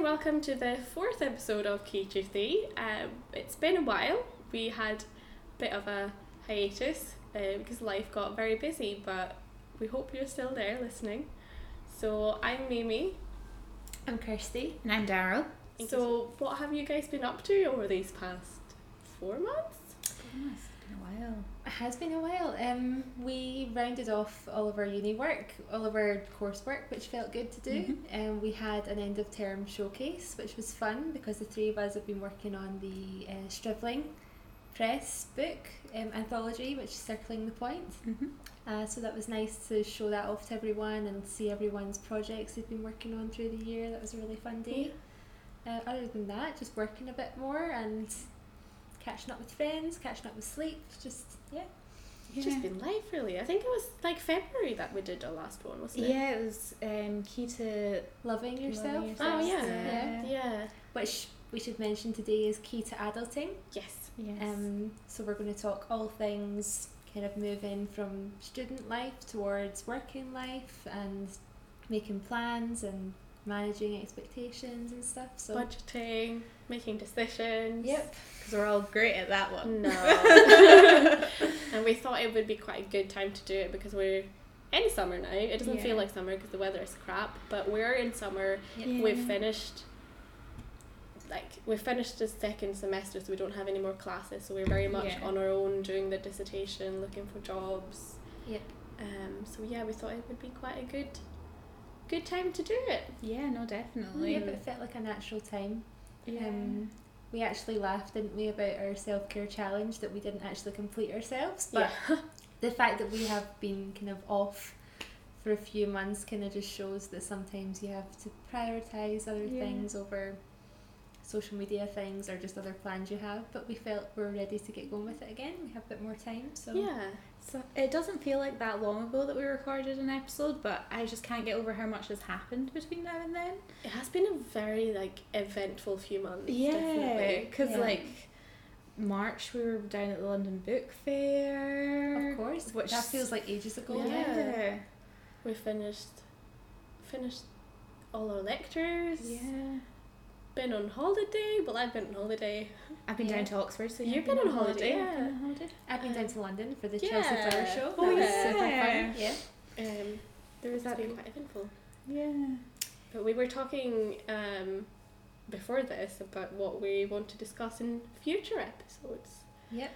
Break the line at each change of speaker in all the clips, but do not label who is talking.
welcome to the fourth episode of K23. Um, it's been a while. We had a bit of a hiatus um, because life got very busy, but we hope you're still there listening. So I'm Mimi.
I'm Kirsty. And I'm Daryl.
So, what have you guys been up to over these past four months?
It's been a while.
It has been a while. Um, we rounded off all of our uni work, all of our coursework, which felt good to do.
Mm-hmm.
Um, we had an end of term showcase, which was fun because the three of us have been working on the uh, Striveling Press book um, anthology, which is Circling the Point.
Mm-hmm.
Uh, so that was nice to show that off to everyone and see everyone's projects they've been working on through the year. That was a really fun day. Uh, other than that, just working a bit more and catching up with friends, catching up with sleep. Just yeah,
It's Just been life, really. I think it was like February that we did our last one, wasn't it?
yeah, it was um, key to
loving yourself.
yourself.
Oh, yeah.
Yeah.
Yeah.
Which we should mention today is key to adulting.
Yes.
yes.
Um, so we're going to talk all things kind of moving from student life towards working life and making plans and managing expectations and stuff. So
Budgeting, making decisions.
yep,
because we're all great at that one.
No. and we thought it would be quite a good time to do it because we're in summer now. It doesn't
Yeah.
feel like summer because the weather is crap, but we're in summer.
Yeah.
We've finished. Like we've finished the second semester, so we don't have any more classes. So we're very much
Yeah.
on our own doing the dissertation, looking for jobs.
Yep.
Um. So yeah, we thought it would be quite a good, good time to do it.
Yeah, no, definitely.
yeah, but it felt like a natural time.
Yeah.
Um, we actually laughed, didn't we, about our self care challenge that we didn't actually complete ourselves, but
yeah.
the fact that we have been kind of off for a few months kind of just shows that sometimes you have to prioritize other
Yeah.
things over social media things or just other plans you have but we felt we're ready to get going with it again we have a bit more time so
yeah.
So it doesn't feel like that long ago that we recorded an episode, but I just can't get over how much has happened between now and then.
It has been a very like eventful few months.
Yeah,
definitely.
because
Yeah.
like March we were down at the London Book Fair.
of course
Which
that feels like ages ago
Yeah.
now.
yeah.
We finished finished all our lectures.
Yeah.
Been on holiday. Well, I've been on holiday.
I've been
Yeah.
down to Oxford, so
You've
yeah, I've
been on holiday,
I've been
yeah.
on holiday.
I've been down to London for the
Yeah.
Chelsea Flower Show
Oh,
that
yeah.
was super fun yeah
Um,
There was
it's
that.
been quite eventful.
Yeah.
But we were talking um, before this about what we want to discuss in future episodes.
yep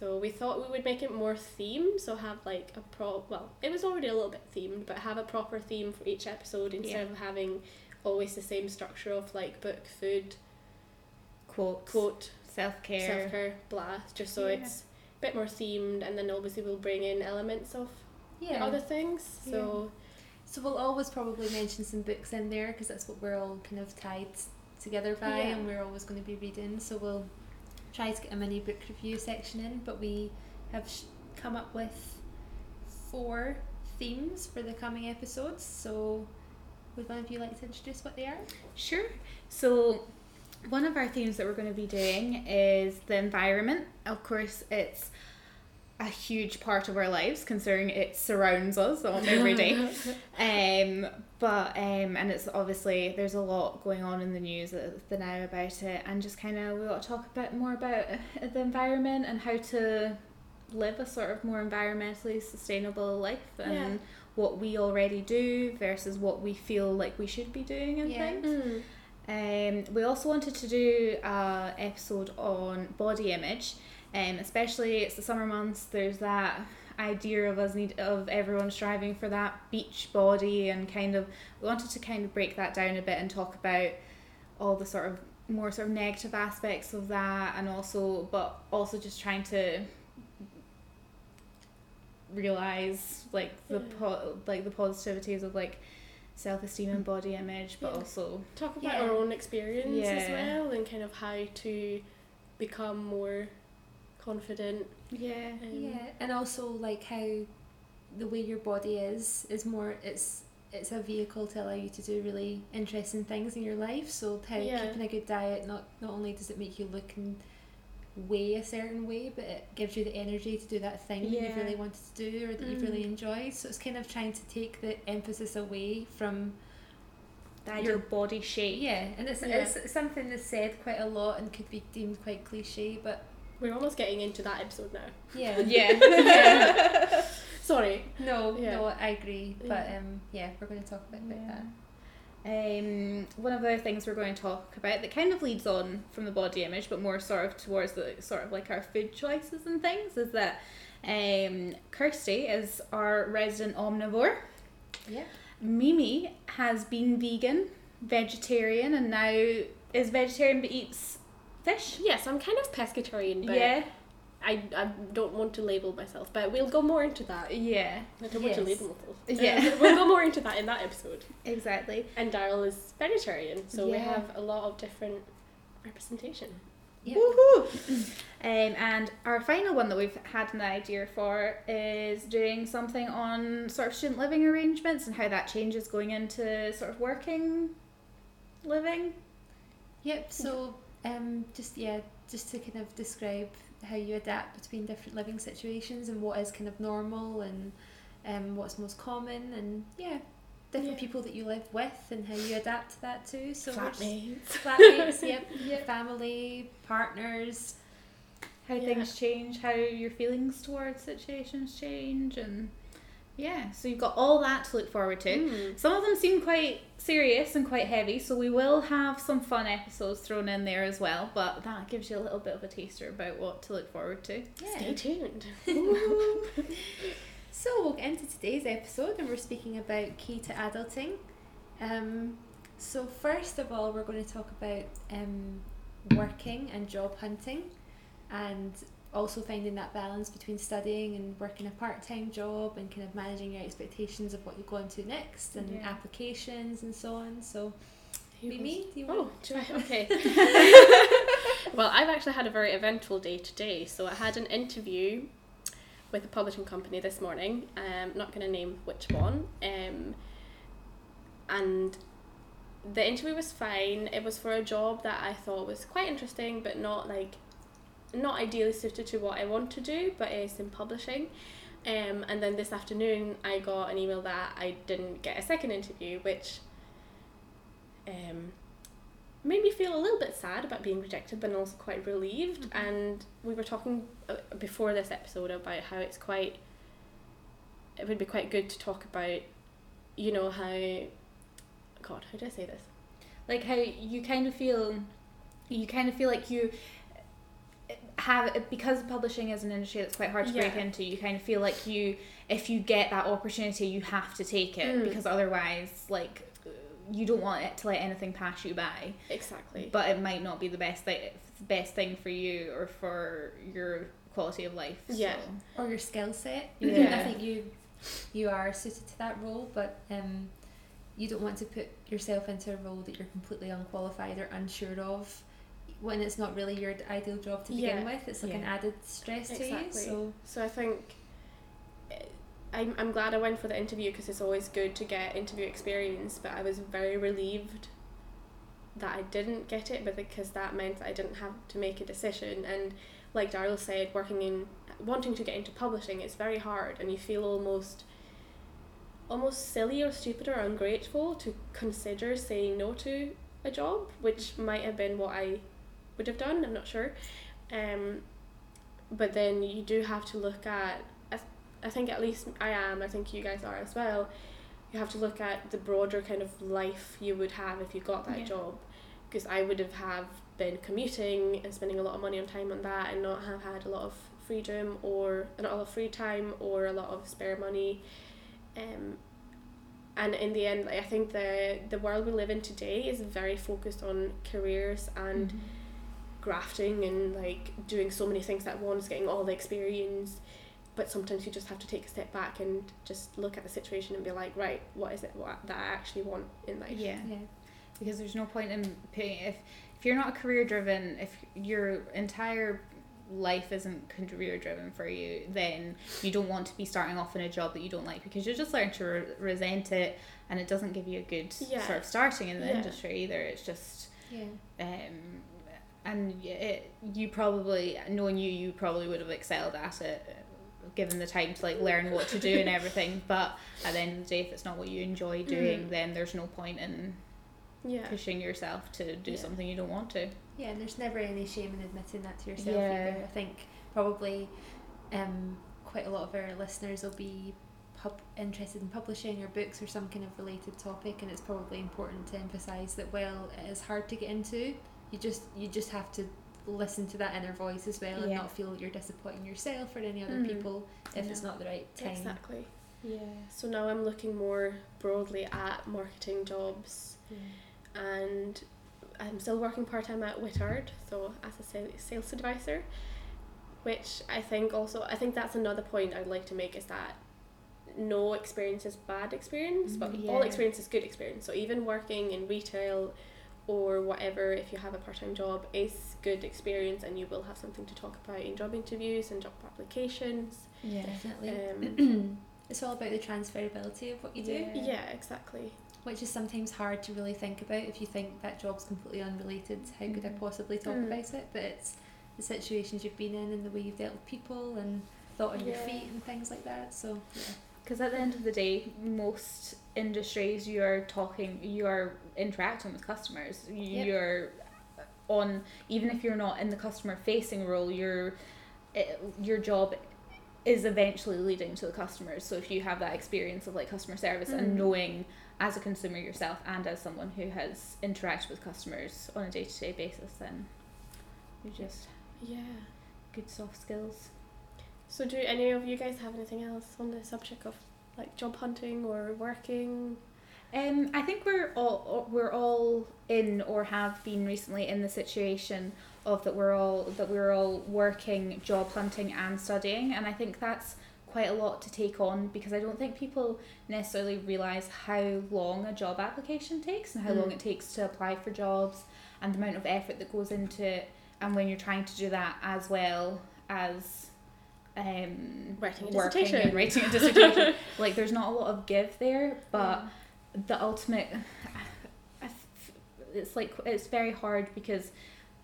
So we thought we would make it more themed, so have like a pro. Well, it was already a little bit themed, but have a proper theme for each episode instead of having always the same structure of like book, food,
Quotes.
quote,
Self
self
care.
care, blah. Just so
Yeah.
it's a bit more themed, and then obviously we'll bring in elements of the
yeah
other things. So
So we'll always probably mention some books in there because that's what we're all kind of tied together by,
Yeah.
and we're always going to be reading. So we'll try to get a mini book review section in, but we have sh- come up with four themes for the coming episodes. So would one of you like to introduce what they are?
Sure. So, one of our themes that we're going to be doing is the environment. Of course, it's a huge part of our lives, considering it surrounds us on every day. um, but um, and it's obviously there's a lot going on in the news at the now about it, and just kind of we want to talk a bit more about uh, the environment and how to live a sort of more environmentally sustainable life and
Yeah.
what we already do versus what we feel like we should be doing and
Yeah.
things.
Mm.
Um, we also wanted to do an episode on body image, um, especially it's the summer months. There's that idea of us need of everyone striving for that beach body, and kind of we wanted to kind of break that down a bit and talk about all the sort of more sort of negative aspects of that, and also but also just trying to realize like the
Yeah.
po- like the positivities of like self esteem and body image, but
Yeah.
also
talk about
Yeah.
our own experience as
Yeah.
well, and kind of how to become more confident.
yeah.
Um,
Yeah, and also like how the way your body is is more it's it's a vehicle to allow you to do really interesting things in your life. So how
Yeah.
keeping a good diet not not only does it make you look and weigh a certain way, but it gives you the energy to do that thing that
Yeah.
you really wanted to do or that you
Mm.
really enjoy. So it's kind of trying to take the emphasis away from
that your body shape.
Yeah, and it's,
Yeah.
it's something that's said quite a lot and could be deemed quite cliche, but
We're almost getting into that episode now.
yeah.
Yeah.
Sorry.
No,
Yeah.
no, I agree. But
Yeah.
um, yeah, we're going to talk a bit about that.
Um, one of the things we're going to talk about that kind of leads on from the body image, but more sort of towards the sort of like our food choices and things, is that um, Kirsty is our resident omnivore.
Yeah.
Mimi has been vegan, vegetarian, and now is vegetarian but eats fish.
Yes, I'm kind of pescatarian, but
yeah,
I, I don't want to label myself, but we'll go more into that.
yeah,
I don't want to
Yes.
label myself. Uh,
Yeah.
we'll go more into that in that episode.
exactly.
And Daryl is vegetarian, so we
Yeah.
have a lot of different representation.
Yeah.
Woohoo! Um, and our final one that we've had an idea for is doing something on sort of student living arrangements and how that changes going into sort of working living.
Yep. So um, just yeah, just to kind of describe how you adapt between different living situations and what is kind of normal and um, what's most common and yeah, different
Yeah.
people that you live with and how you adapt to that too. So we're just-
Flatmates.
flatmates, yep, family, partners.
How
Yeah.
things change, how your feelings towards situations change, and yeah, so you've got all that to look forward to.
Mm.
Some of them seem quite serious and quite heavy, so we will have some fun episodes thrown in there as well, but that gives you a little bit of a taster about what to look forward to.
Yeah.
Stay tuned.
So we'll get into today's episode, and we're speaking about key to adulting. Um, so first of all, we're going to talk about um, working and job hunting, and also finding that balance between studying and working a part-time job, and kind of managing your expectations of what you go into next, and
Yeah.
applications and so on. So,
Who wants-
Mimi, do you want?
Oh, do I? Okay. well, I've actually had a very eventful day today. So I had an interview with a publishing company this morning. Um, not going to name which one. Um, and the interview was fine. It was for a job that I thought was quite interesting, but not like not ideally suited to what I want to do. But it's in publishing. Um, and then this afternoon, I got an email that I didn't get a second interview, which um, made me feel a little bit sad about being rejected, but also quite relieved.
Mhm.
And we were talking uh, before this episode about how it's quite, it would be quite good to talk about, you know, how, God, how do I say this?
like how you kind of feel you kind of feel like you have because publishing is an industry that's quite hard to break
Yeah.
into you kind of feel like you if you get that opportunity you have to take it
Mm.
because otherwise like you don't want it to let anything pass you by
Exactly.
but it might not be the best thing best thing for you or for your quality of life
Yeah.
so.
or your skill set.
Yeah.
I think you you are suited to that role, but um, you don't want to put yourself into a role that you're completely unqualified or unsure of when it's not really your ideal job to begin
Yeah.
with. It's like an
Yeah.
added stress to you.
Exactly.
So
So I think uh, I'm, I'm glad I went for the interview because it's always good to get interview experience, but I was very relieved that I didn't get it but because that meant that I didn't have to make a decision and like Daryl said working in wanting to get into publishing it's very hard and you feel almost almost silly or stupid or ungrateful to consider saying no to a job which might have been what I would have done I'm not sure um but then you do have to look at I, th- I think at least i am i think you guys are as well you have to look at the broader kind of life you would have if you got that
Yeah.
job because i would have have been commuting and spending a lot of money on time on that and not have had a lot of freedom or not a lot of free time or a lot of spare money um and in the end like, i think the the world we live in today is very focused on careers and grafting and like doing so many things at once, getting all the experience. But sometimes you just have to take a step back and just look at the situation and be like, right, what is it what, that I actually want in life?
yeah
yeah,
because there's no point in putting if if you're not career driven if your entire life isn't career driven for you then you don't want to be starting off in a job that you don't like because you just learn to re- resent it and it doesn't give you a good
Yeah.
sort of starting in the
Yeah.
industry either it's just
yeah.
um and y- it, you probably knowing you you probably would have excelled at it uh, given the time to like learn what to do and everything but at the end of the day if it's not what you enjoy doing
Mm.
then there's no point in
Yeah.
pushing yourself to do
Yeah.
something you don't want to.
Yeah, and there's never any shame in admitting that to yourself
Yeah.
either. I think probably um, quite a lot of our listeners will be pub- interested in publishing or books or some kind of related topic, and it's probably important to emphasise that while it is hard to get into, you just you just have to listen to that inner voice as well and
Yeah.
not feel that you're disappointing yourself or any other
Mhm.
people if it's
No.
not the right time.
Exactly.
Yeah.
So now I'm looking more broadly at marketing jobs
Mm.
and I'm still working part time at Wittard, so as a sa- sales advisor, which I think also I think that's another point I'd like to make is that no experience is bad experience, but
Mm,
all
yeah.
experience is good experience. So even working in retail or whatever, if you have a part time job, is good experience, and you will have something to talk about in job interviews and job applications.
Yeah.
Definitely.
Um,
it's all about the transferability of what you do.
Yeah.
yeah, exactly.
which is sometimes hard to really think about if you think that job's completely unrelated. How could I
Mhm.
possibly talk
Mm.
about it? But it's the situations you've been in and the way you've dealt with people and thought on your
Yeah.
feet and things like that. So yeah,
Because at the end of the day, most industries you are talking, you are interacting with customers. You-
Yep.
You're uh, on, even if you're not in the customer facing role, your it, your job is eventually leading to the customers. So if you have that experience of like customer service
Mm.
and knowing as a consumer yourself and as someone who has interacted with customers on a day to day basis, then you just
Yeah.
good soft skills.
So, do any of you guys have anything else on the subject of like job hunting or working?
Um, I think we're all we're all in or have been recently in the situation of that we're all that we're all working, job hunting, and studying, and I think that's quite a lot to take on because I don't think people necessarily realise how long a job application takes and how long
Mm.
it takes to apply for jobs and the amount of effort that goes into it, and when you're trying to do that as well as um,
Writing a
working
dissertation.
and writing a dissertation, like there's not a lot of give there, but
Yeah.
the ultimate I f- it's like it's very hard because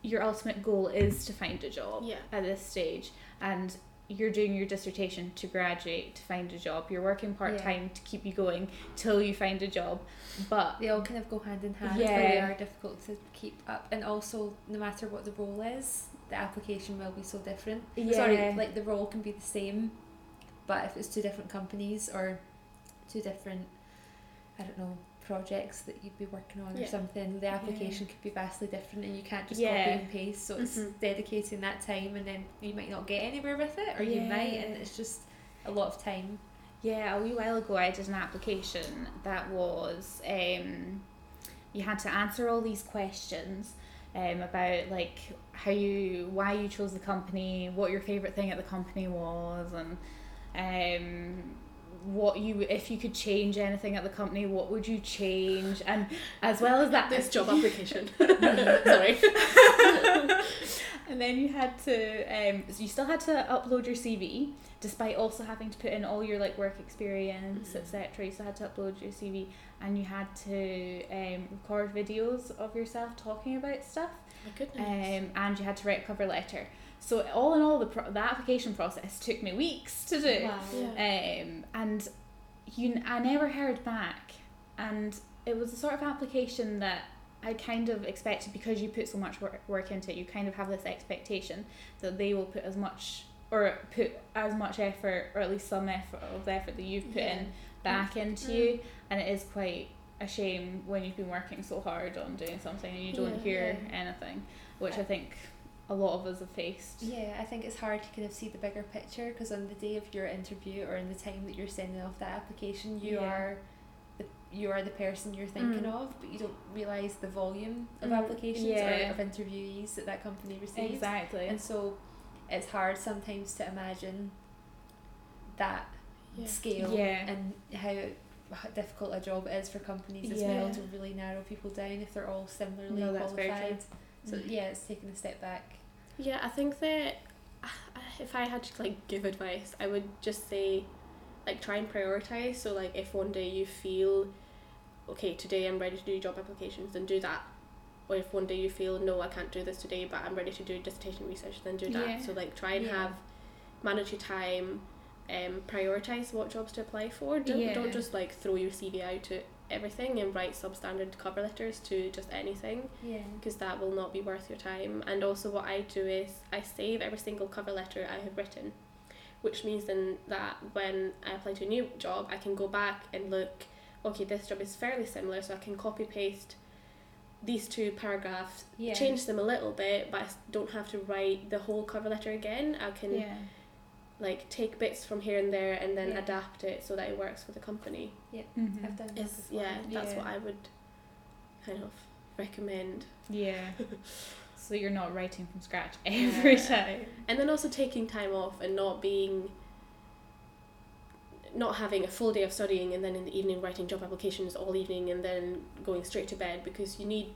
your ultimate goal is to find a job
Yeah.
at this stage and you're doing your dissertation to graduate to find a job you're working part-time to keep you going till you find a job but
they all kind of go hand in hand. Yeah, they
Yeah.
are difficult to keep up, and also no matter what the role is, the application will be so different. Sorry, like the role can be the same, but if it's two different companies or two different, I don't know, projects that you'd be working on
Yeah.
or something, the application could be vastly different and you can't just
Yeah.
copy and paste. So it's
Mhm.
dedicating that time and then you might not get anywhere with it or you might and
Yeah.
it's just a lot of time.
Yeah, a wee while ago I did an application that was um, you had to answer all these questions um, about like how you why you chose the company, what your favorite thing at the company was, and um, what you if you could change anything at the company, what would you change, and as well as that
This job application. Sorry.
and then you had to, um, so you still had to upload your CV, despite also having to put in all your like work experience,
Mhm.
etc. You still had to upload your CV, and you had to um, record videos of yourself talking about stuff,
My goodness.
um, and you had to write a cover letter. So all in all, the pro- the application process took me weeks to do
Wow.
Yeah.
um, and you, I never heard back, and it was the sort of application that I kind of expected because you put so much work, work into it. You kind of have this expectation that they will put as much or put as much effort, or at least some effort of the effort that you've put
Yeah.
in
Mm.
back into you, and it is quite a shame when you've been working so hard on doing something and you don't
Yeah,
hear
yeah.
anything, which I think a lot of us have faced.
Yeah, I think it's hard to kind of see the bigger picture because on the day of your interview or in the time that you're sending off that application, you
Yeah.
are the you are the person you're thinking
Mm.
of, but you don't realise the volume of
Mm,
applications
yeah.
or of interviewees that that company receives,
Exactly.
and so it's hard sometimes to imagine that
Yeah.
scale
Yeah.
and how how difficult a job it is for companies as
Yeah.
well to really narrow people down if they're all similarly
No, that's very true.
qualified. So
Mhm.
yeah, it's taking a step back.
Yeah, I think that uh, if I had to like give advice, I would just say, like, try and prioritize. So, like, if one day you feel, okay, today I'm ready to do job applications, then do that. Or if one day you feel, no, I can't do this today, but I'm ready to do dissertation research, then do that.
Yeah.
So, like, try and
Yeah.
have manage your time, um, prioritize what jobs to apply for. Don't
Yeah.
don't just like throw your CV out at everything and write substandard cover letters to just anything
Yeah.
because that will not be worth your time. And also, what I do is I save every single cover letter I have written, which means then that when I apply to a new job, I can go back and look, okay, this job is fairly similar, so I can copy paste these two paragraphs,
Yeah.
change them a little bit, but I s- don't have to write the whole cover letter again. I can
Yeah.
like take bits from here and there and then
Yeah.
adapt it so that it works for the company.
Mhm.
I've done that
Is
before.
yeah, that's
Yeah.
what I would kind of recommend.
Yeah. so you're not writing from scratch every
Yeah.
time.
and then also taking time off and not being not having a full day of studying and then in the evening writing job applications all evening and then going straight to bed because you need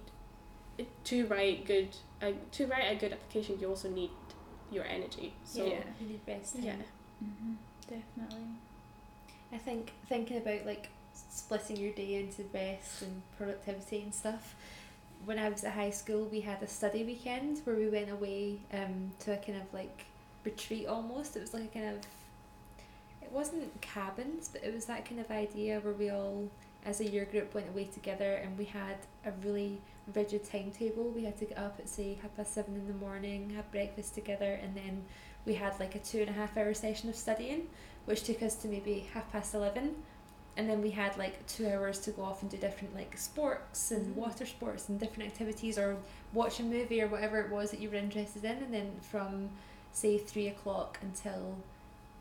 to write good uh, to write a good application you also need your energy so
Yeah.
You need rest. time.
yeah
Mhm. Definitely.
I think thinking about like s- splitting your day into rest and productivity and stuff. When I was at high school, we had a study weekend where we went away um, to a kind of like retreat almost. It was like a kind of, it wasn't cabins, but it was that kind of idea where we all, as a year group, went away together and we had a really rigid timetable. We had to get up at say half past seven in the morning, have breakfast together, and then we had like a two and a half hour session of studying which took us to maybe half past 11 and then we had like two hours to go off and do different like sports and
Mm.
water sports and different activities or watch a movie or whatever it was that you were interested in and then from say three o'clock until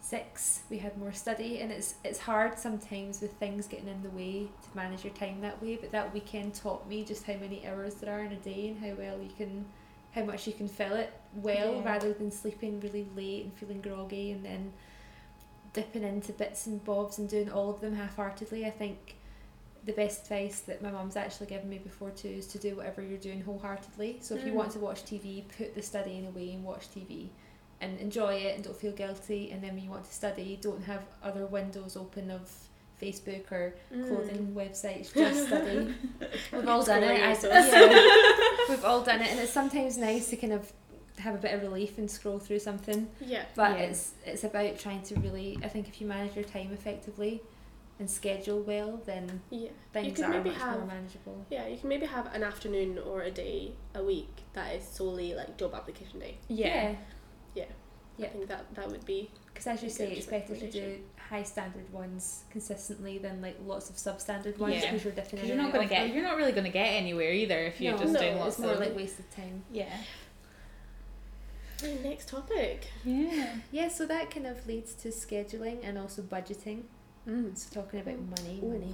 six we had more study and it's it's hard sometimes with things getting in the way to manage your time that way but that weekend taught me just how many hours there are in a day and how well you can how much you can fill it well
Yeah.
rather than sleeping really late and feeling groggy and then dipping into bits and bobs and doing all of them half-heartedly i think the best advice that my mum's actually given me before too is to do whatever you're doing wholeheartedly so if you
Mm.
want to watch tv put the studying away and watch tv and enjoy it and don't feel guilty and then when you want to study don't have other windows open of facebook or
Hmm.
clothing websites just study we've all done it
Scrolling
I,
yourself.
yeah, we've all done it and it's sometimes nice to kind of have a bit of relief and scroll through something
Mm. yeah
but
Yeah.
it's it's about trying to really I think if you manage your time effectively and schedule well then
yeah
things
could
are
maybe
much more
have-
manageable
yeah you can maybe have an afternoon or a day a week that is solely like job application day
Yeah.
yeah.
Yeah.
i think that that would be
Because as you
Good
say, it's better to do
recommendation.
high standard ones consistently than like lots of substandard ones
Yeah.
because you're different.
'Cause You're not gonna get. You're not really gonna get anywhere either if you're
no,
just
No,
doing
it's
lots
more
of.
like wasted time.
yeah.
next topic
Yeah.
Yeah, so that kind of leads to scheduling and also budgeting. So talking about money,
Ooh.
money,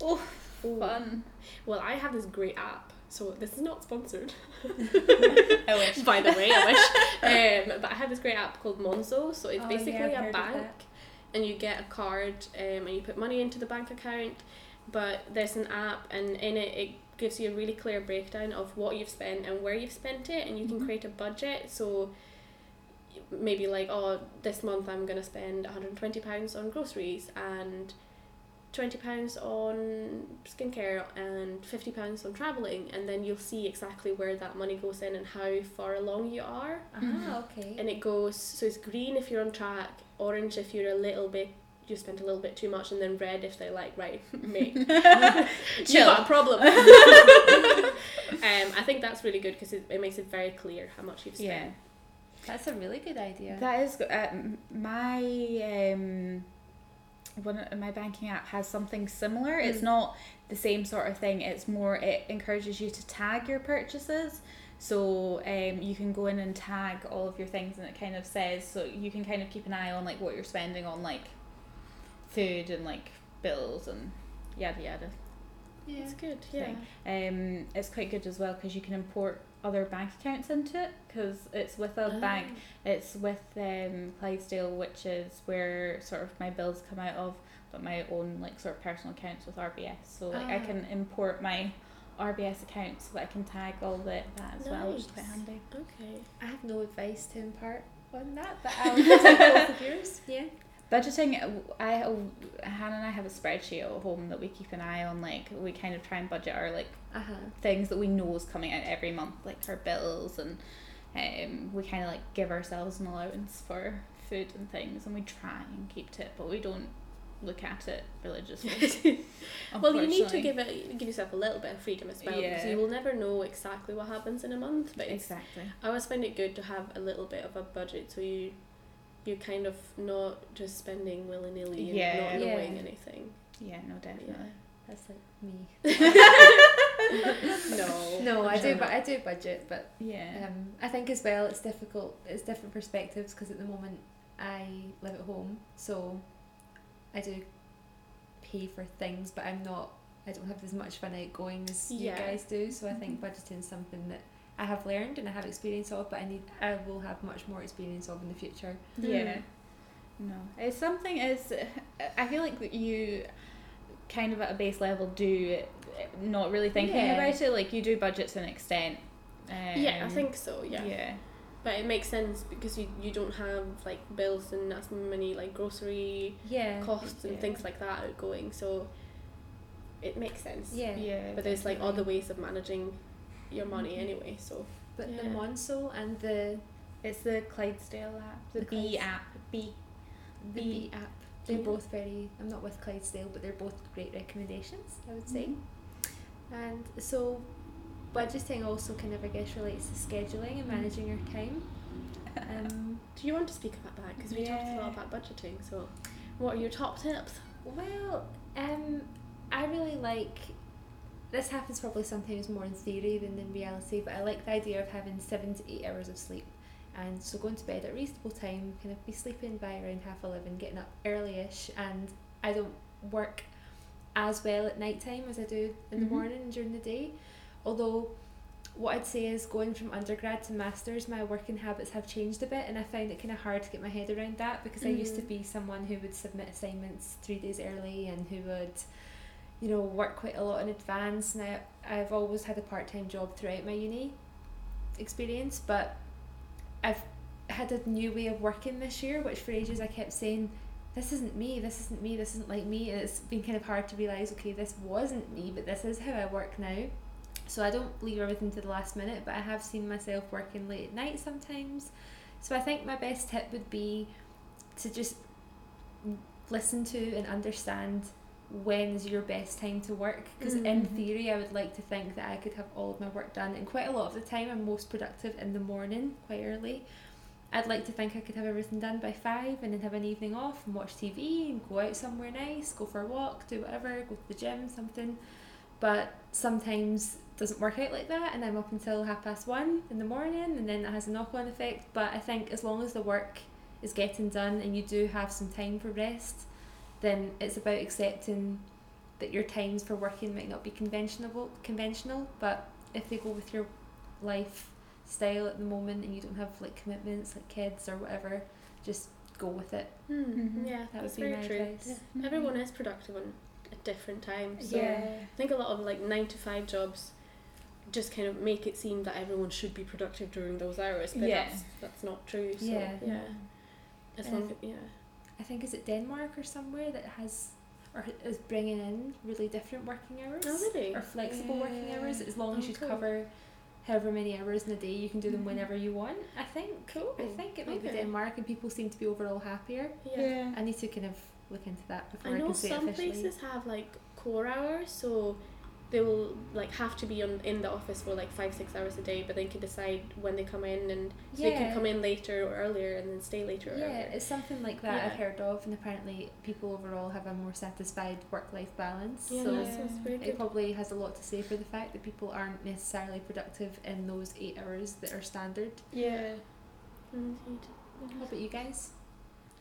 money.
Fun.
Well, I have this great app, so this is not sponsored.
I wish.
By the way, I wish. Um, but I have this great app called Monzo, so it's
Oh, yeah,
basically
I've heard
a
of
bank,
that.
and you get a card, um, and you put money into the bank account. But there's an app, and in it, it gives you a really clear breakdown of what you've spent and where you've spent it, and you
Mhm.
can create a budget. So maybe like, oh, this month I'm gonna spend 120 pounds on groceries and 20 pounds on skincare and 50 pounds on traveling and then you'll see exactly where that money goes in and how far along you are
Ah, okay.
and it goes so it's green if you're on track orange if you're a little bit you spent a little bit too much and then red if they're like right mate you
Chill.
got a problem um, i think that's really good because it, it makes it very clear how much you've spent
Yeah.
That's a really good idea.
That is good. Uh, m- my um, one of- my banking app has something similar. It's
Mm.
not the same sort of thing. It's more it encourages you to tag your purchases. So um, you can go in and tag all of your things, and it kind of says so you can kind of keep an eye on like what you're spending on like food and like bills and yada yada.
yeah.
it's good yeah
Thing. Um, it's quite good as well because you can import other bank accounts into it because it's with a
Uh-huh. Ah.
bank it's with um, Clydesdale, which is where sort of my bills come out of, but my own like sort of personal accounts with RBS. So like I
Ah.
can import my RBS account so that I can tag all the, that as well, which is quite
Nice.
handy.
okay
I have no advice to impart on that, but I'll take both of yours. Yeah.
Budgeting, uh, I uh, Hannah and I have a spreadsheet at home that we keep an eye on. Like we kind of try and budget our like
Uh huh.
things that we know is coming out every month, like our bills, and um, we kind of like give ourselves an allowance for food and things, and we try and keep to it, but we don't look at it religiously.
well, you need to
unfortunately.
give it, give yourself a little bit of freedom as well because
Yeah.
you will never know exactly what happens in a month. But it's,
exactly.
I always find it good to have a little bit of a budget so you you're kind of not just spending willy nilly and
Yeah.
not
Yeah.
knowing anything.
Yeah, no, definitely.
That's like me.
No.
No, I do,
Sure.
but I do budget, but
Yeah.
Um, I think as well, it's difficult. It's different perspectives because at the moment I live at home, so I do pay for things, but I'm not. I don't have as much fun outgoing as
Yeah.
you guys do. So I think budgeting is something that I have learned and I have experience of, but I need. I will have much more experience of in the future.
Yeah.
Mm.
No, it's something. It's. I feel like you, kind of at a base level, do not really thinking
Yeah.
about it. Like you do budget to an extent. Um,
Yeah, I think so. Yeah.
Yeah.
but it makes sense because you you don't have like bills and as many like grocery
Yeah.
costs and
Yeah.
things like that outgoing. So it makes sense.
Yeah.
Yeah.
But there's like other
definitely.
ways of managing your money
Mhm.
Mm-hmm.
anyway. So
But the
Yeah.
Monzo and the
It's the Clydesdale app. The,
The
B
Clydes-
app. B.
the
The-
B app. They're
Yeah.
both very. I'm not with Clydesdale, but they're both great recommendations. I would say. And so, budgeting also kind of, I guess, relates to scheduling and managing your time. Um,
do you want to speak about that? Because we talked a lot
Yeah.
about budgeting. So Mm-hmm. what are your top tips?
well, um, I really like. This happens probably sometimes more in theory than in reality, but I like the idea of having seven to eight hours of sleep. And so going to bed at a reasonable time, kind of be sleeping by around half eleven, getting up early-ish, and I don't work as well at night time as I do in the
Mhm.
morning and during the day. Although what I'd say is going from undergrad to masters, my working habits have changed a bit and I find it kinda hard to get my head around that because I used to
Mhm.
be someone who would submit assignments three days early and who would, you know, work quite a lot in advance. Now I've always had a part time job throughout my uni experience, but I've had a new way of working this year, which for ages I kept saying this isn't me, this isn't me, this isn't like me. And it's been kind of hard to realise, okay, this wasn't me, but this is how I work now. So I don't leave everything to the last minute, but I have seen myself working late at night sometimes. So I think my best tip would be to just listen to and understand when's your best time to work because in
Mhm.
theory I would like to think that I could have all of my work done and quite a lot of the time I'm most productive in the morning quite early I'd like to think I could have everything done by five and then have an evening off and watch TV and go out somewhere nice go for a walk do whatever go to the gym something but sometimes it doesn't work out like that and I'm up until half past one in the morning and then that has a knock on effect but I think as long as the work is getting done and you do have some time for rest, then it's about accepting that your times for working might not be conventional conventional, but if they go with your lifestyle at the moment and you don't have like commitments like kids or whatever, just go with it.
Mhm.
Yeah,
Hmm. That
that's
would be
very
my
true.
advice. Mm-hmm.
Mhm.
Everyone is productive on at different times. So
Yeah.
I think a lot of like nine to five jobs just kind of make it seem that everyone should be productive during those hours, but
Yeah.
that's that's not true. So
Yeah.
yeah. As long
Um,
as- yeah.
I think is it Denmark or somewhere that has or is bringing in really different working hours
Oh really?
or flexible working hours
Yeah.
as long as you
Oh, cool. Mm-hmm.
cover however many hours in a day you can do them
Mhm.
whenever you want I think
Cool.
I think it might be
Okay.
Denmark and people seem to be overall happier.
Yeah.
I need to kind of look into that before
I
I,
know
can say it
some
officially.
places have like core hours, so they will like have to be on in the office for like five six hours a day, but they can decide when they come in, and so they can
Yeah.
come in later or earlier, and then stay later or
yeah,
earlier.
it's something like that I've
Yeah.
heard of, and apparently people overall have a more satisfied work-life balance.
Yeah,
so
that sounds pretty
it
good.
probably has a lot to say for the fact that people aren't necessarily productive in those eight hours that are standard.
Yeah.
Indeed. Mm-hmm.
What about you guys?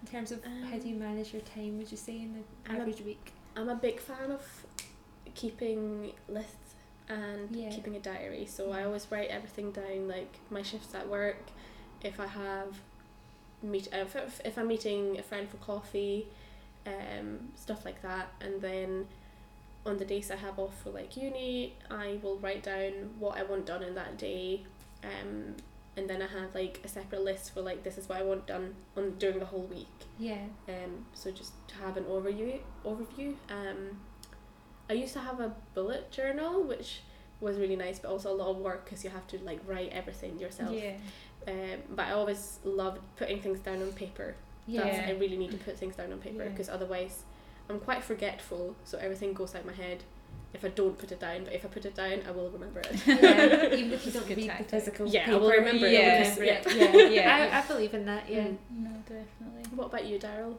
In terms of how
Um,
do you manage your time? Would you say in the
I'm a-
average week?
I'm a big fan of keeping lists and
Yeah.
keeping a diary. So I always write everything down, like my shifts at work, if I have meet uh, if, if- if I'm meeting a friend for coffee, um, stuff like that, and then on the days I have off for like uni, I will write down what I want done in that day, um, and then I have like a separate list for like this is what I want done on during the whole week.
Yeah.
Um, so just to have an overview, overview. Um, I used to have a bullet journal, which was really nice, but also a lot of work because you have to like write everything yourself.
Yeah.
Um, but I always loved putting things down on paper. That's,
Yeah.
I really need to put things down on paper
Yeah.
because otherwise, I'm quite forgetful, so everything goes out my head if I don't put it down. But if I put it down, I will remember it.
yeah, even if you don't
Good
read
tactic.
the physical
Yeah, I
paper,
will remember it.
you
Yeah.
remember it.
Yeah, yeah.
I, I believe in that. Yeah,
Mm.
No, definitely.
What about you, Daryl?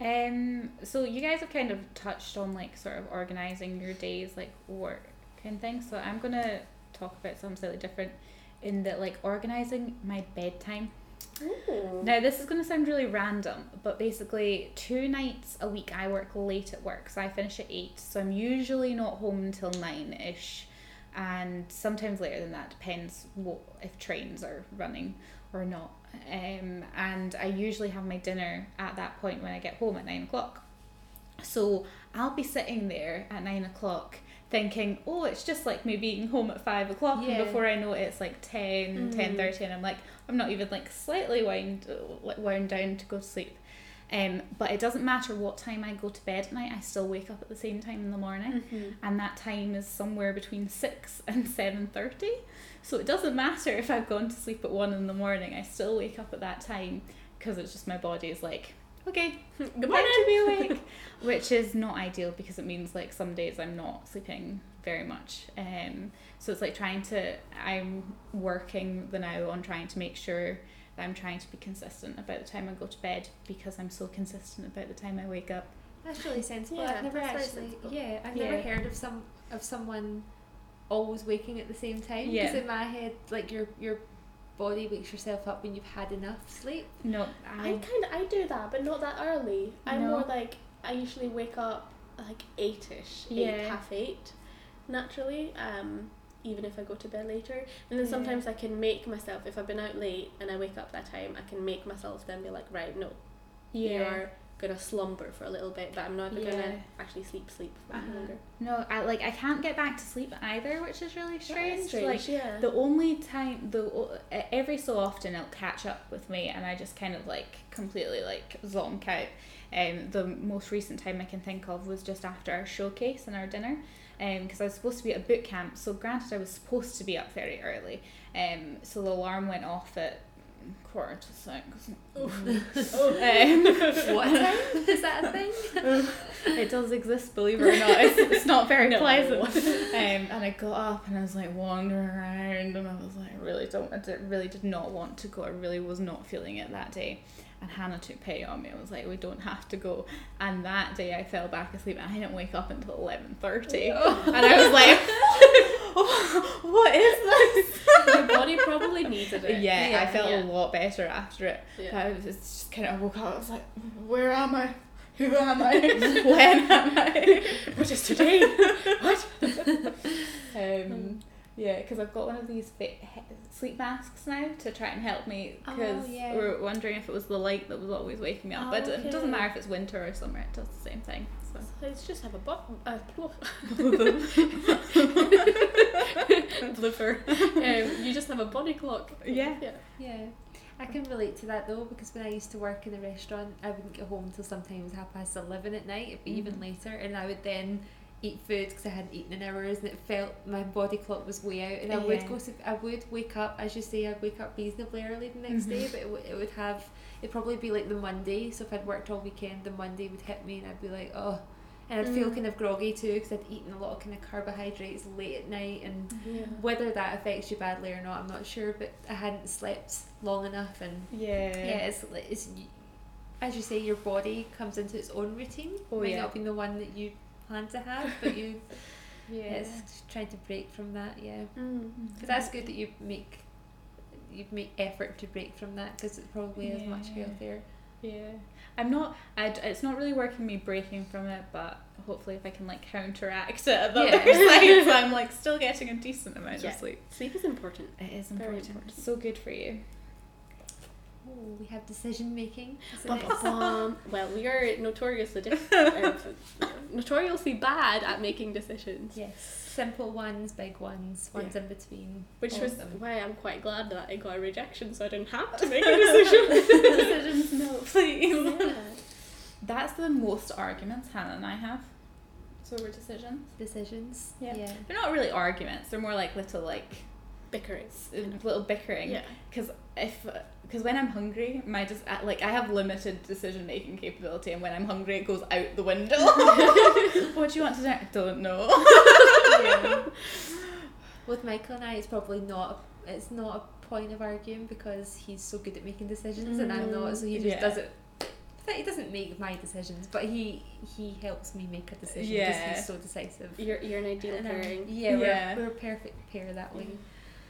Um, so you guys have kind of touched on like sort of organizing your days, like work and things. So I'm gonna talk about something slightly different, in that like organizing my bedtime. Now this is gonna sound really random, but basically two nights a week I work late at work, so I finish at eight. So I'm usually not home until nine ish, and sometimes later than that depends what if trains are running or not. Um, and I usually have my dinner at that point when I get home at nine o'clock. So I'll be sitting there at nine o'clock thinking, oh, it's just like me being home at five o'clock.
Yeah.
And before I know it, it's like 10,
Mm.
10.30 and I'm like, I'm not even like slightly wound, like, wound down to go to sleep. Um, but it doesn't matter what time I go to bed at night, I still wake up at the same time in the morning
Mhm.
and that time is somewhere between 6 and 7.30 so it doesn't matter if i've gone to sleep at 1 in the morning i still wake up at that time because it's just my body is like okay
Good
time to be
morning.
awake which is not ideal because it means like some days i'm not sleeping very much um, so it's like trying to i'm working the now on trying to make sure that i'm trying to be consistent about the time i go to bed because i'm so consistent about the time i wake up
that's really sensible.
Yeah,
I've never
that's very
actually.
sensible.
Yeah, I've
Yeah.
never heard of some of someone always waking at the same time.
Yeah.
Because in my head, like your your body wakes yourself up when you've had enough sleep.
no
I kind of I do that, but not that early. I'm
Mm. No.
more like I usually wake up like eight-ish, eight
Yeah.
half eight, naturally. Um, even if I go to bed later, and then
Yeah.
sometimes I can make myself if I've been out late and I wake up that time, I can make myself then be like, right, no, you're gonna slumber for a little bit, but I'm not ever gonna
Yeah.
actually sleep sleep for
Uh-huh.
longer.
No, I like I can't get back to sleep either, which is really
That
strange.
is strange, yeah.
Like the only time the o- e, every so often it'll catch up with me, and I just kind of like completely like zonk out. Um, the most recent time I can think of was just after our showcase and our dinner, because I was supposed to be at boot camp. So granted, I was supposed to be up very early. Um, so the alarm went off at quarter to six. Um,
What time is that a thing?
it does exist, believe it or not. It's, it's not very
No.
pleasant. Um, and I got up and I was like wandering around, and I was like, I really don't, I did, really did not want to go. I really was not feeling it that day. And Hannah took pity on me. I was like, we don't have to go. And that day, I fell back asleep, and I didn't wake up until eleven thirty. And I was like, what is this?
Your body probably needed it.
Yeah,
Yeah,
I felt
yeah.
a lot better after it.
Yeah.
I was just- just kind of woke up. I was like, where am I? Who am I? when am I?
What is today?
what? um, yeah, because I've got one of these fit he- sleep masks now to try and help me. Because
Oh, yeah.
we were wondering if it was the light that was always waking me up,
Oh,
but it
okay.
doesn't matter if it's winter or summer; it does the same thing. So.
Let's just have a bottle. Uh,
Blooper.
um, you just have a body clock.
Yeah.
yeah.
Yeah. I can relate to that though because when I used to work in a restaurant, I wouldn't get home till sometimes half past eleven at night, but even
Mhm.
later, and I would then eat food because I hadn't eaten in hours, and it felt my body clock was way out, and I would
Yeah.
go to, I would wake up as you say, I'd wake up reasonably early the next day, but it, w- it would have, it'd probably be like the Monday. So if I'd worked all weekend, the Monday would hit me, and I'd be like, oh. And I'd feel
Mm.
kind of groggy too because I'd eaten a lot of kind of carbohydrates late at night and
Yeah.
whether that affects you badly or not, I'm not sure, but I hadn't slept long enough, and yeah,
Yeah.
it's li- it's y- as you say, your body comes into its own routine.
Oh,
Might
yeah.
not be the one that you plan to have, but you
Yeah. Hmm.
it's trying to break from that. Yeah,
Mm.
but that's good that you make you make effort to break from that because it probably is much
Yeah.
healthier.
Yeah, I'm not. I, d- it's not really working me breaking from it, but hopefully, if I can like counteract it at the
Yeah.
other side, so I'm like still getting a decent amount
Yeah.
of sleep.
Sleep is important.
It is
Very
important.
important.
So good for you.
Oh, we have decision making. is the
Bum, bum,
next-
bum. Um, well, we are notoriously diff- uh, notoriously bad at making decisions,
Yes, simple ones, big ones, ones in between.
which
all
was
of them.
why I'm quite glad that I got a rejection, so I didn't have to make a decision.
Decisions, no, please.
Yeah.
That's the most arguments Hannah and I have. So we're decisions.
decisions.
Yeah.
yeah.
They're not really arguments. They're more like little like
bickering.
s- little bickering.
Yeah.
if because when I'm hungry, my just like I have limited decision making capability, and when I'm hungry, it goes out the window. what do you want to do? I don't know.
With Michael and I, it's probably not. It's not a point of arguing because he's so good at making decisions, and I'm not. So he just
Mm, Yeah.
does it. but He doesn't make my decisions, but he he helps me make a decision because
Yeah.
he's so decisive.
You're, you're an ideal
And, um,
pairing.
yeah, we're,
Yeah.
we're a perfect pair that way.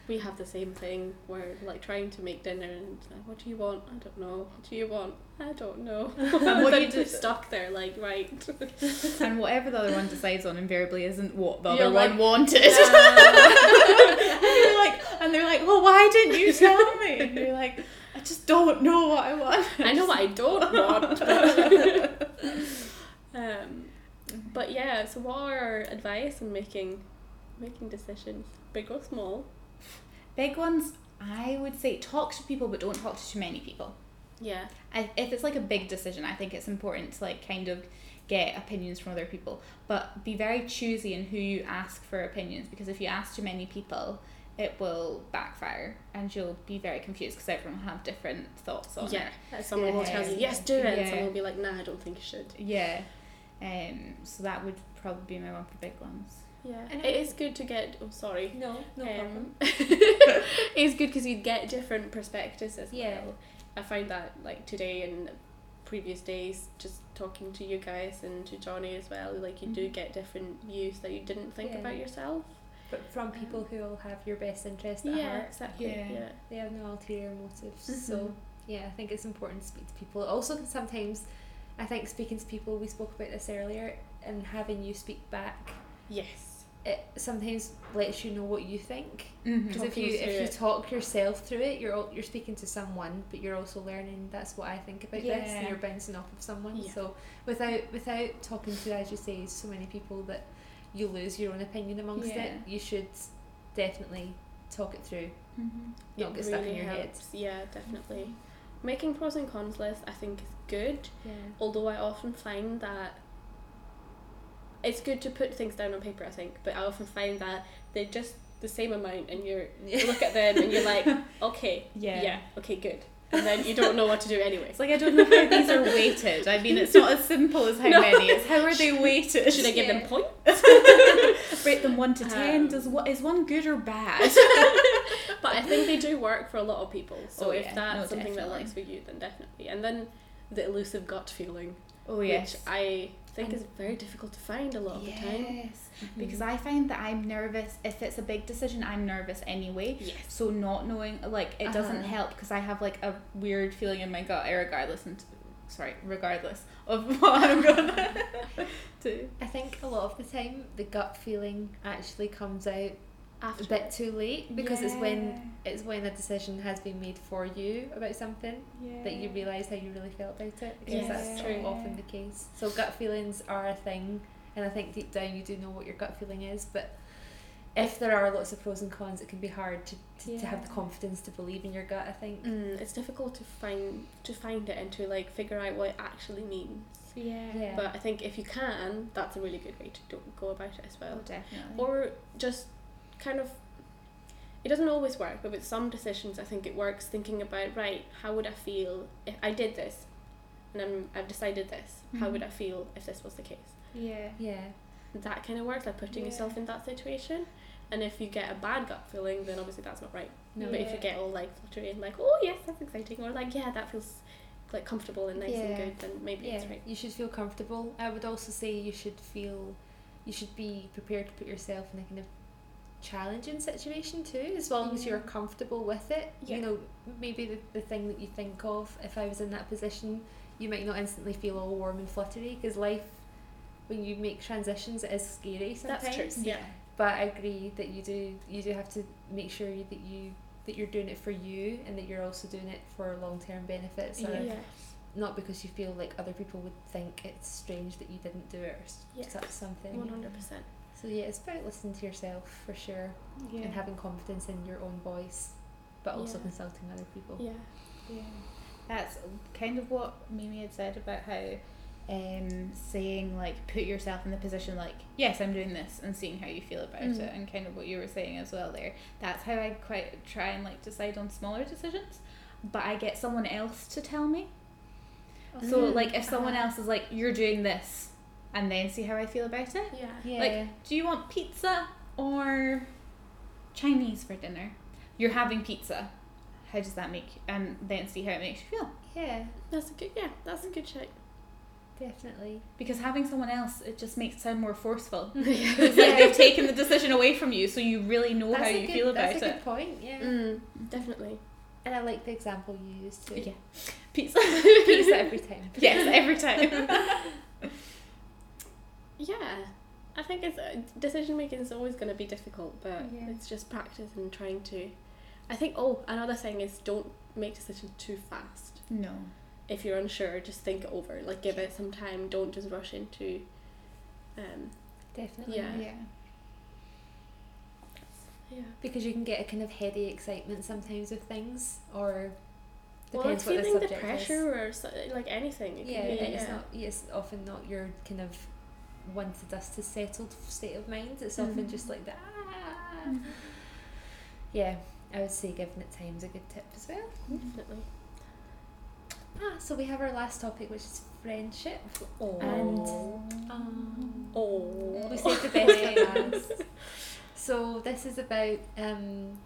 We have the same thing. We're like trying to make dinner and it's like, what do you want? I don't know. What do you want? I don't know. and
what
then
you do-
just stuck there, like, right.
and whatever the other one decides on invariably isn't what the other
You're
one
like,
wanted. and, they're like, and they're like, well, why didn't you tell me? And you're like, I just don't know what I want.
I know what I don't want. but- um, but yeah, so what are our advice on making making decisions, big or small?
Big ones, I would say talk to people, but don't talk to too many people.
Yeah.
I, if it's like a big decision, I think it's important to like kind of get opinions from other people, but be very choosy in who you ask for opinions because if you ask too many people, it will backfire and you'll be very confused because everyone will have different thoughts on
Yeah.
it.
Someone will tell you, yes, do it. And
Yeah.
someone will be like, nah, I don't think you should.
Yeah. Um. So that would probably be my one for big ones.
Yeah.
And
it
I-
is good to get, oh, sorry.
No, no problem.
Um, it's good because you get different perspectives as
Yeah.
well. I find that like today and previous days, just talking to you guys and to Johnny as well, like you do
Mhm.
get different views that you didn't think
Mm-hmm. Yeah.
about yourself.
But from people who all have your best interest at
yeah,
heart.
exactly.
Yeah.
Yeah.
They have no ulterior motives.
Mhm.
So yeah, I think it's important to speak to people. Also, can sometimes I think speaking to people, we spoke about this earlier, and having you speak back,
Yes.
it sometimes lets you know what you think.
Mm-hmm.
Because if
Talking
you
through
if you
it.
talk yourself through it, you're all, you're speaking to someone, but you're also learning. That's what I think about this,
Yeah.
and you're bouncing off of someone.
Yeah.
So without without talking to, as you say, so many people that you lose your own opinion amongst it,
Yeah.
you should definitely talk it through.
mm-hmm.
It
Don't get stuck in your head.
Yeah, definitely. Making pros and cons list I think is good.
Yeah.
Although I often find that it's good to put things down on paper, I think, but I often find that they're just the same amount and you're you look at them and you're like, okay, yeah,
Yeah.
okay, good. And then you don't know what to do anyway.
It's like I don't know how these are weighted. I mean, it's not as simple as how
No.
many. It's how are they weighted?
Should I give them points?
rate them one to ten?
Um,
Does what is one good or bad?
But I think they do work for a lot of people. So
Oh,
if
yeah.
that's
No,
something that
definitely.
works for you, then definitely. And then the elusive gut feeling,
oh yes.
which I think
And-
is very difficult to find a lot of the time.
Yes, because I find that I'm nervous. If it's a big decision, I'm nervous anyway.
Yes.
So not knowing, like, it doesn't
Uh-huh.
help because I have like a weird feeling in my gut, regardless. And sorry, regardless of what I'm gonna do.
I think a lot of the time the gut feeling actually comes out
After
a bit too late because it's when it's when a decision has been made for you about something
yeah.
that you realise how you really felt about it because
Yes,
that's
true.
often the case. So gut feelings are a thing, and I think deep down you do know what your gut feeling is, but if there are lots of pros and cons, it can be hard to, to, to have the
Yeah.
confidence to believe in your gut. I think.
Mm, it's difficult to find to find it and to like figure out what it actually means.
Yeah.
Yeah.
But I think if you can, that's a really good way to do- go about it as well.
Oh, definitely.
or just kind of it doesn't always work but with some decisions i think it works thinking about right how would i feel if i did this and I'm, i've decided this how would
Mhm.
Mm-hmm.
i feel if this was the case
yeah.
yeah.
that kind of works like putting
Yeah.
yourself in that situation and if you get a bad gut feeling then obviously that's not right
No.
but if you
Yeah.
get all like fluttery and like oh yes that's exciting or like yeah that feels like comfortable and nice and
Yeah.
good then maybe
Yeah,
it's right
you should feel comfortable. I would also say you should feel, you should be prepared to put yourself in a kind of challenging situation too, as long as you're
Yeah.
comfortable with it.
Mm-hmm. Yeah.
You know, maybe the, the thing that you think of, if I was in that position, you might not instantly feel all warm and fluttery because life, when you make transitions, it is scary sometimes.
that's true yeah
But I agree that you do, you do have to make sure that you that you're doing it for you and that you're also doing it for long term benefits or
yeah,
not because you feel like other people would think it's strange that you didn't do it or s-
Yeah.
such something.
100%
So yeah, it's about listening to yourself for sure
Yeah.
and having confidence in your own voice, but also
Yeah.
consulting other people.
yeah
Yeah, that's kind of what Mimi had said about how um, saying like put yourself in the position like yes i'm doing this and seeing how you feel about
Mm.
it and kind of what you were saying as well there that's how i quite try and like decide on smaller decisions but i get someone else to tell me so
Mm.
like if someone
Uh-huh.
else is like you're doing this and then see how i feel about it
Yeah.
Yeah.
do you want pizza or chinese for dinner you're having pizza how does that make and then see how it makes you feel
yeah.
That's a good yeah, that's a good check.
Definitely.
because having someone else it just makes it sound more forceful
yeah.
It's like they've taken the decision away from you, so you really know
that's
how
a
you
good,
feel about
That's a
it.
good point. Yeah. Mm-hmm.
Mm, definitely.
And I like the example you used too.
Yeah. Pizza.
Pizza every time.
yes, every time.
Yeah. I think it's uh, decision making is always going to be difficult, but
Yeah.
it's just practice and trying to. I think oh, another thing is don't make decisions too fast.
no.
If you're unsure, just think it over. Like give it some time. Don't just rush into. Um,
Definitely.
Yeah. yeah.
Because you can get a kind of heady excitement sometimes with things, or
Well,
depends
it's
what the
feeling the,
subject is.
pressure or so, like anything. It
Yeah,
can be,
and it's
yeah.
not. It's often not your kind of once the dust has settled state of mind. It's often
Mm-hmm.
Mhm.
just like that. Yeah, I would say giving it time is a good tip as well.
Definitely.
Ah, so we have our last topic, which is friendship.
And
Um,
Oh.
we saved the best for last. So this is about um,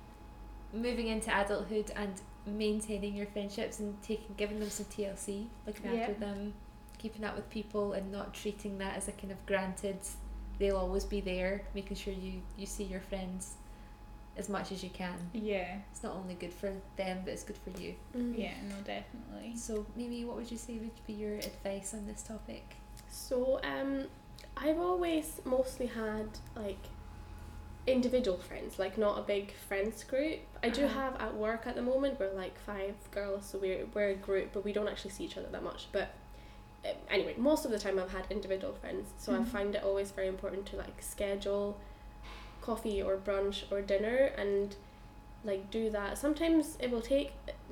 moving into adulthood and maintaining your friendships and taking giving them some TLC, looking
Yeah.
after them, keeping up with people, and not treating that as a kind of granted. They'll always be there, making sure you you see your friends as much as you can.
yeah.
It's not only good for them, but it's good for you.
Mm.
Yeah, no, definitely.
So, Mimi, what would you say would be your advice on this topic?
So um, I've always mostly had like individual friends, like not a big friends group. I do
Uh-huh.
have at work at the moment we're like five girls, so we're we're a group, but we don't actually see each other that much. But um, anyway, most of the time I've had individual friends, so I
Mhm.
find it always very important to like schedule coffee or brunch or dinner and like do that. Sometimes it will take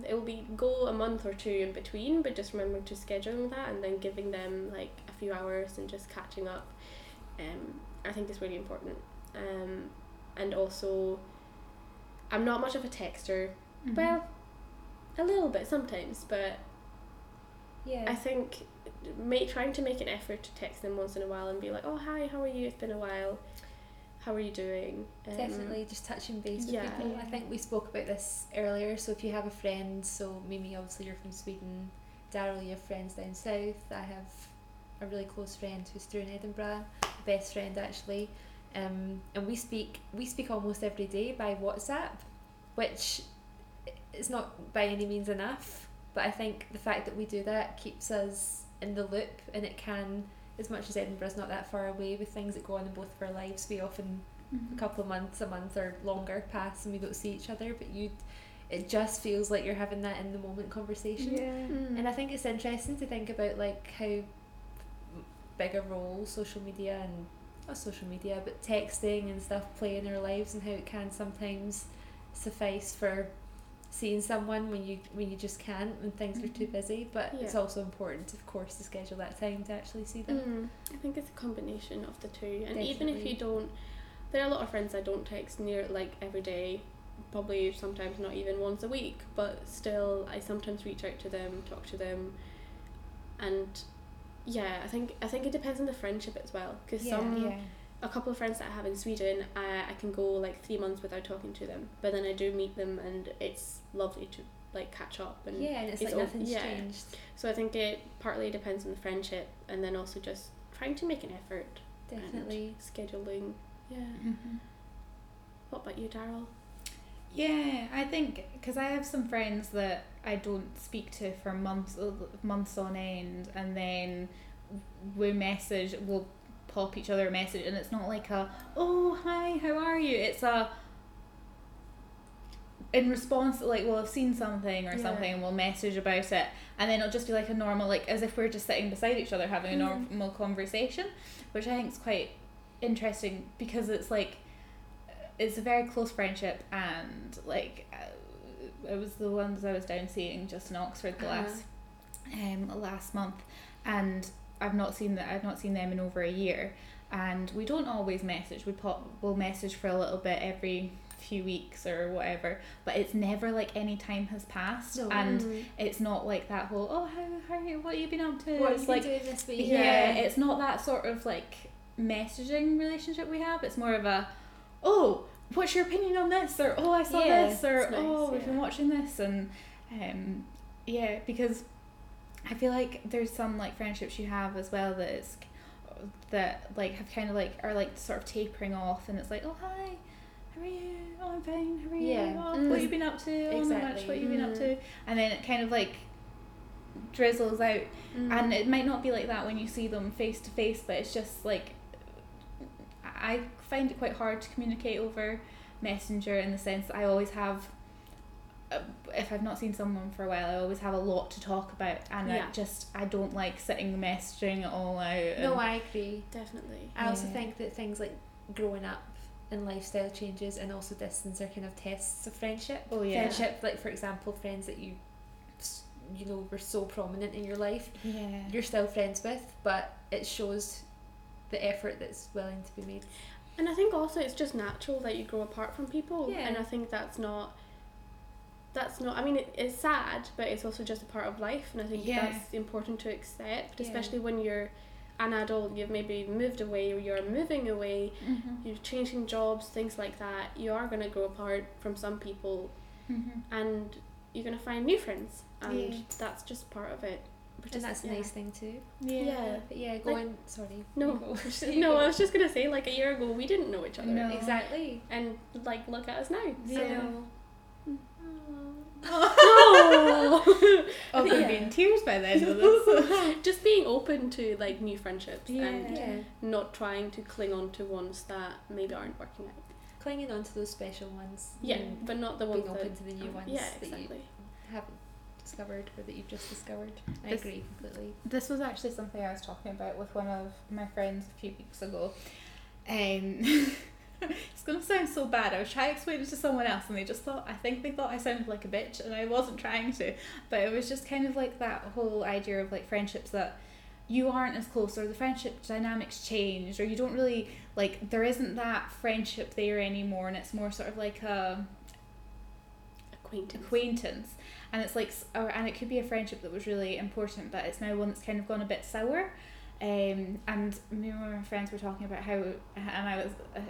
it will be go a month or two in between, but just remembering to scheduling that and then giving them like a few hours and just catching up. Um, I think is really important. Um, and also, I'm not much of a texter.
Mm-hmm.
Mhm.
Well, a little bit sometimes, but
Yeah.
I think make trying to make an effort to text them once in a while and be like, oh hi, how are you? It's been a while. How are you doing? Um,
Definitely, just touching base with
yeah.
people. I think we spoke about this earlier. So if you have a friend, so Mimi, obviously you're from Sweden. Daryl, you have friends down south. I have a really close friend who's through in Edinburgh, the best friend actually. Um, and we speak we speak almost every day by WhatsApp, which is not by any means enough. But I think the fact that we do that keeps us in the loop, and it can, as much as Edinburgh's not that far away, with things that go on in both of our lives, we often
Mm-hmm.
a couple of months, a month or longer pass and we don't see each other, but you it just feels like you're having that in the moment conversation.
Mm.
And I think it's interesting to think about like how big a role social media and not social media, but texting and stuff play in our lives and how it can sometimes suffice for seeing someone when you when you just can't when things are too
Mhm.
busy. But it's
Mm-hmm. Yeah.
also important of course to schedule that time to actually see them.
Mm, I think it's a combination of the two, and even if
Definitely.
you don't, there are a lot of friends I don't text near like every day, probably sometimes not even once a week, but still I sometimes reach out to them, talk to them, and yeah, I think I think it depends on the friendship as well, because
Yeah,
some
yeah.
a couple of friends that I have in Sweden, I, I can go like three months without talking to them, but then I do meet them, and it's lovely to like catch up and
Yeah, and it's,
It's
like
all-
nothing's
yeah.
changed.
so I think it partly depends on the friendship, and then also just trying to make an effort
Definitely.
and scheduling. Yeah.
Mhm.
What about you, Daryl?
Yeah, I think because I have some friends that I don't speak to for months uh, months on end, and then we message, we'll pop each other a message, and it's not like a oh hi, how are you? It's a in response like well I've seen something or
Yeah.
something, and we'll message about it, and then it'll just be like a normal like as if we're just sitting beside each other having a
Mhm.
normal conversation, which I think is quite interesting because it's like it's a very close friendship and like uh, it was the ones I was down seeing just in Oxford the
Uh-huh.
last um last month and I've not seen that. I've not seen them in over a year, and we don't always message. We pop. We'll message for a little bit every few weeks or whatever, but it's never like any time has passed,
No.
and it's not like that whole oh how how are you what have you been up to?
What have
it's
you been
like
doing this week?
yeah, uh, it's not that sort of like messaging relationship we have. It's more of a, oh, what's your opinion on this? Or oh, I saw
Yeah,
this. Or
it's nice,
oh, we've been
yeah.
watching this. And um, yeah, because I feel like there's some like friendships you have as well that it's that like have kind of like are like sort of tapering off, and it's like oh hi. How are you? Oh, I'm fine. How are you?
Yeah.
Oh,
Mm.
What you been up to? Oh my gosh,
Exactly.
what you been up
Mm.
to?
Mm-hmm.
And then it kind of like drizzles out
Mm-hmm.
and it might not be like that when you see them face to face but it's just like i find it quite hard to communicate over messenger in the sense that i always have uh, if i've not seen someone for a while i always have a lot to talk about and
Yeah.
i just i don't like sitting messaging it all out and
No, I agree.
Definitely.
I also
Yeah.
think that things like growing up and lifestyle changes and also distance are kind of tests of friendship.
oh yeah
Friendship, like for example, friends that you, s- you know, were so prominent in your life,
yeah
you're still friends with, but it shows the effort that's willing to be made.
And I think also it's just natural that you grow apart from people.
Yeah.
And I think that's not that's not I mean it, it's sad, but it's also just a part of life and I think
Yeah.
that's important to accept,
Yeah.
especially when you're an adult, you've maybe moved away or you're moving away,
mm-hmm.
you're changing jobs, things like that. You are gonna grow apart from some people
Mm-hmm.
and you're gonna find new friends. And
Yeah.
that's just part of it. But
And
just-
that's a
yeah.
nice thing too.
Yeah.
But yeah, going. sorry.
No.
you go. You
No,
go.
I was just gonna say, like a year ago we didn't know each other.
No.
Exactly.
And like look at us now. So
Yeah.
no.
oh
Yeah.
we'd be in tears by the end of this
Just being open to like new friendships
Yeah.
and
yeah.
not trying to cling on to ones that maybe aren't working out.
Clinging on to those special ones.
Yeah,
and
but not the ones
being open
that
to the new ones.
Yeah,
that you-
exactly.
haven't discovered or that you've just discovered. I
This-
agree completely.
This was actually something I was talking about with one of my friends a few weeks ago. Um, it's gonna sound so bad. I was trying to explain it to someone else, and they just thought I think they thought I sounded like a bitch, and I wasn't trying to. But it was just kind of like that whole idea of like friendships that you aren't as close, or the friendship dynamics changed, or you don't really like there isn't that friendship there anymore, and it's more sort of like a
Acquaintance.
acquaintance and it's like s- or and it could be a friendship that was really important but it's now one that's kind of gone a bit sour um and me and one of my friends were talking about how and i was uh,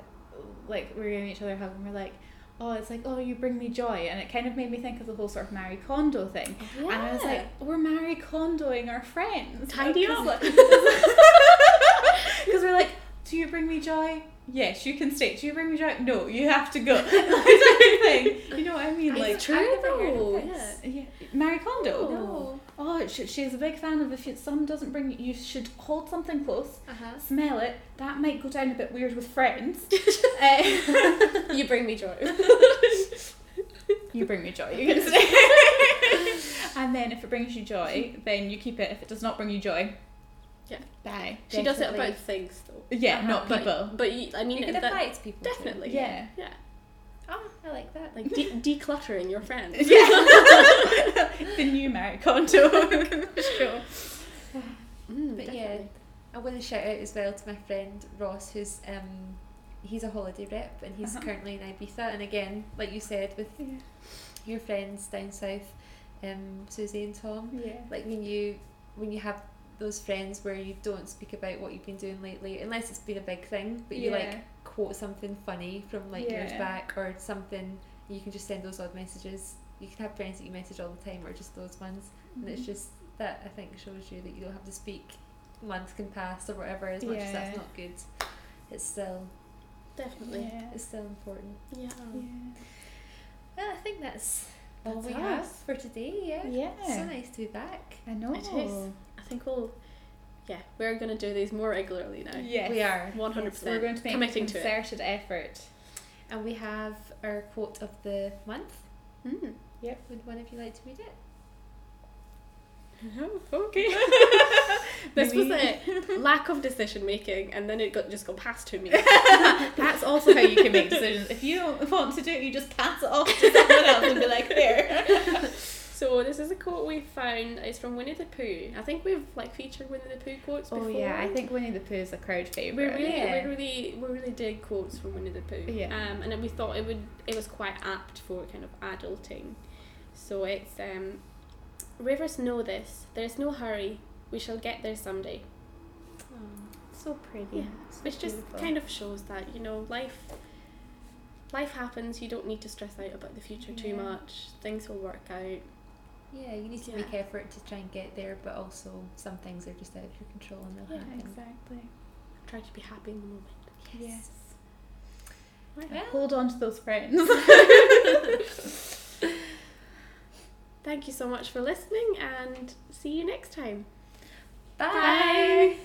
like we were giving each other a hug and we're like oh it's like oh you bring me joy and it kind of made me think of the whole sort of Marie Kondo thing
Yeah.
and i was like we're Marie Kondoing our friends
Tidy
Because-
up.
because we're like do you bring me joy yes you can stay do you bring me joy no you have to go like that thing you know what i mean
I
like
I've
true
never heard of
though.
this.
yeah, Marie Kondo.
No.
Oh, sh she's a big fan of if you, someone doesn't bring you, you should hold something close,
Uh huh.
smell it. That might go down a bit weird with friends. Eh,
you bring me joy.
you bring me joy. You can stay. and then if it brings you joy, then you keep it. If it does not bring you joy,
Yeah.
bye.
she does it about
Definitely.
things though.
Yeah,
Uh-huh.
not
But-
people.
But you, I mean
You can
that-
apply it to people. too.
definitely.
Yeah.
Yeah.
Oh, I like that.
Like de- decluttering your friends.
Yeah, the new Marie Kondo. sure.
Mm,
But yeah.
definitely.
I want to shout out as well to my friend Ross, who's um, he's a holiday rep and he's
Uh-huh.
currently in Ibiza. And again, like you said, with
Yeah.
your friends down south, um, Susie and Tom,
Yeah.
like when you when you have those friends where you don't speak about what you've been doing lately, unless it's been a big thing, but you like quote something funny from like years
Yeah.
back or something you can just send those odd messages you can have friends that you message all the time or just those ones and
Mm-hmm.
it's just that i think shows you that you don't have to speak months can pass or whatever as much as that's
Yeah.
not good it's still
Definitely. Yeah.
Yeah.
it's still important
yeah.
well i think that's all
That's
we
us.
have for today yeah
Yeah.
so nice to be back
I know.
It is. I think we'll. Yeah, we're gonna do these more regularly now.
Yes.
we are
One hundred
So we're
percent.
going to make
committing
a
to it.
concerted effort.
and we have our quote of the month
Mm.
would one of you like to read it
Oh, okay. this was
Maybe-
it. Lack of decision making, and then it got just got passed to me.
That's also how you can make decisions. If you don't want to do it, you just pass it off to someone else and be like, "Here."
So this is a quote we found. It's from Winnie the Pooh. I think we've like featured Winnie the Pooh quotes
Oh
before.
yeah, I think Winnie the Pooh is a crowd
we
favorite.
really,
Yeah.
we really, we really did quotes from Winnie the Pooh.
Yeah.
Um, and then we thought it would, it was quite apt for kind of adulting. So it's um, rivers know this. There is no hurry. We shall get there someday.
so pretty.
Yeah.
so
Which just
beautiful.
kind of shows that you know life. Life happens. You don't need to stress out about the future too
Yeah.
much. Things will work out.
Yeah, you need to
Yeah.
make effort to try and get there, but also some things are just out of your control and they'll happen.
exactly. Try to be happy in the moment.
Yes.
Right.
hold on to those friends.
Thank you so much for listening and see you next time.
Bye.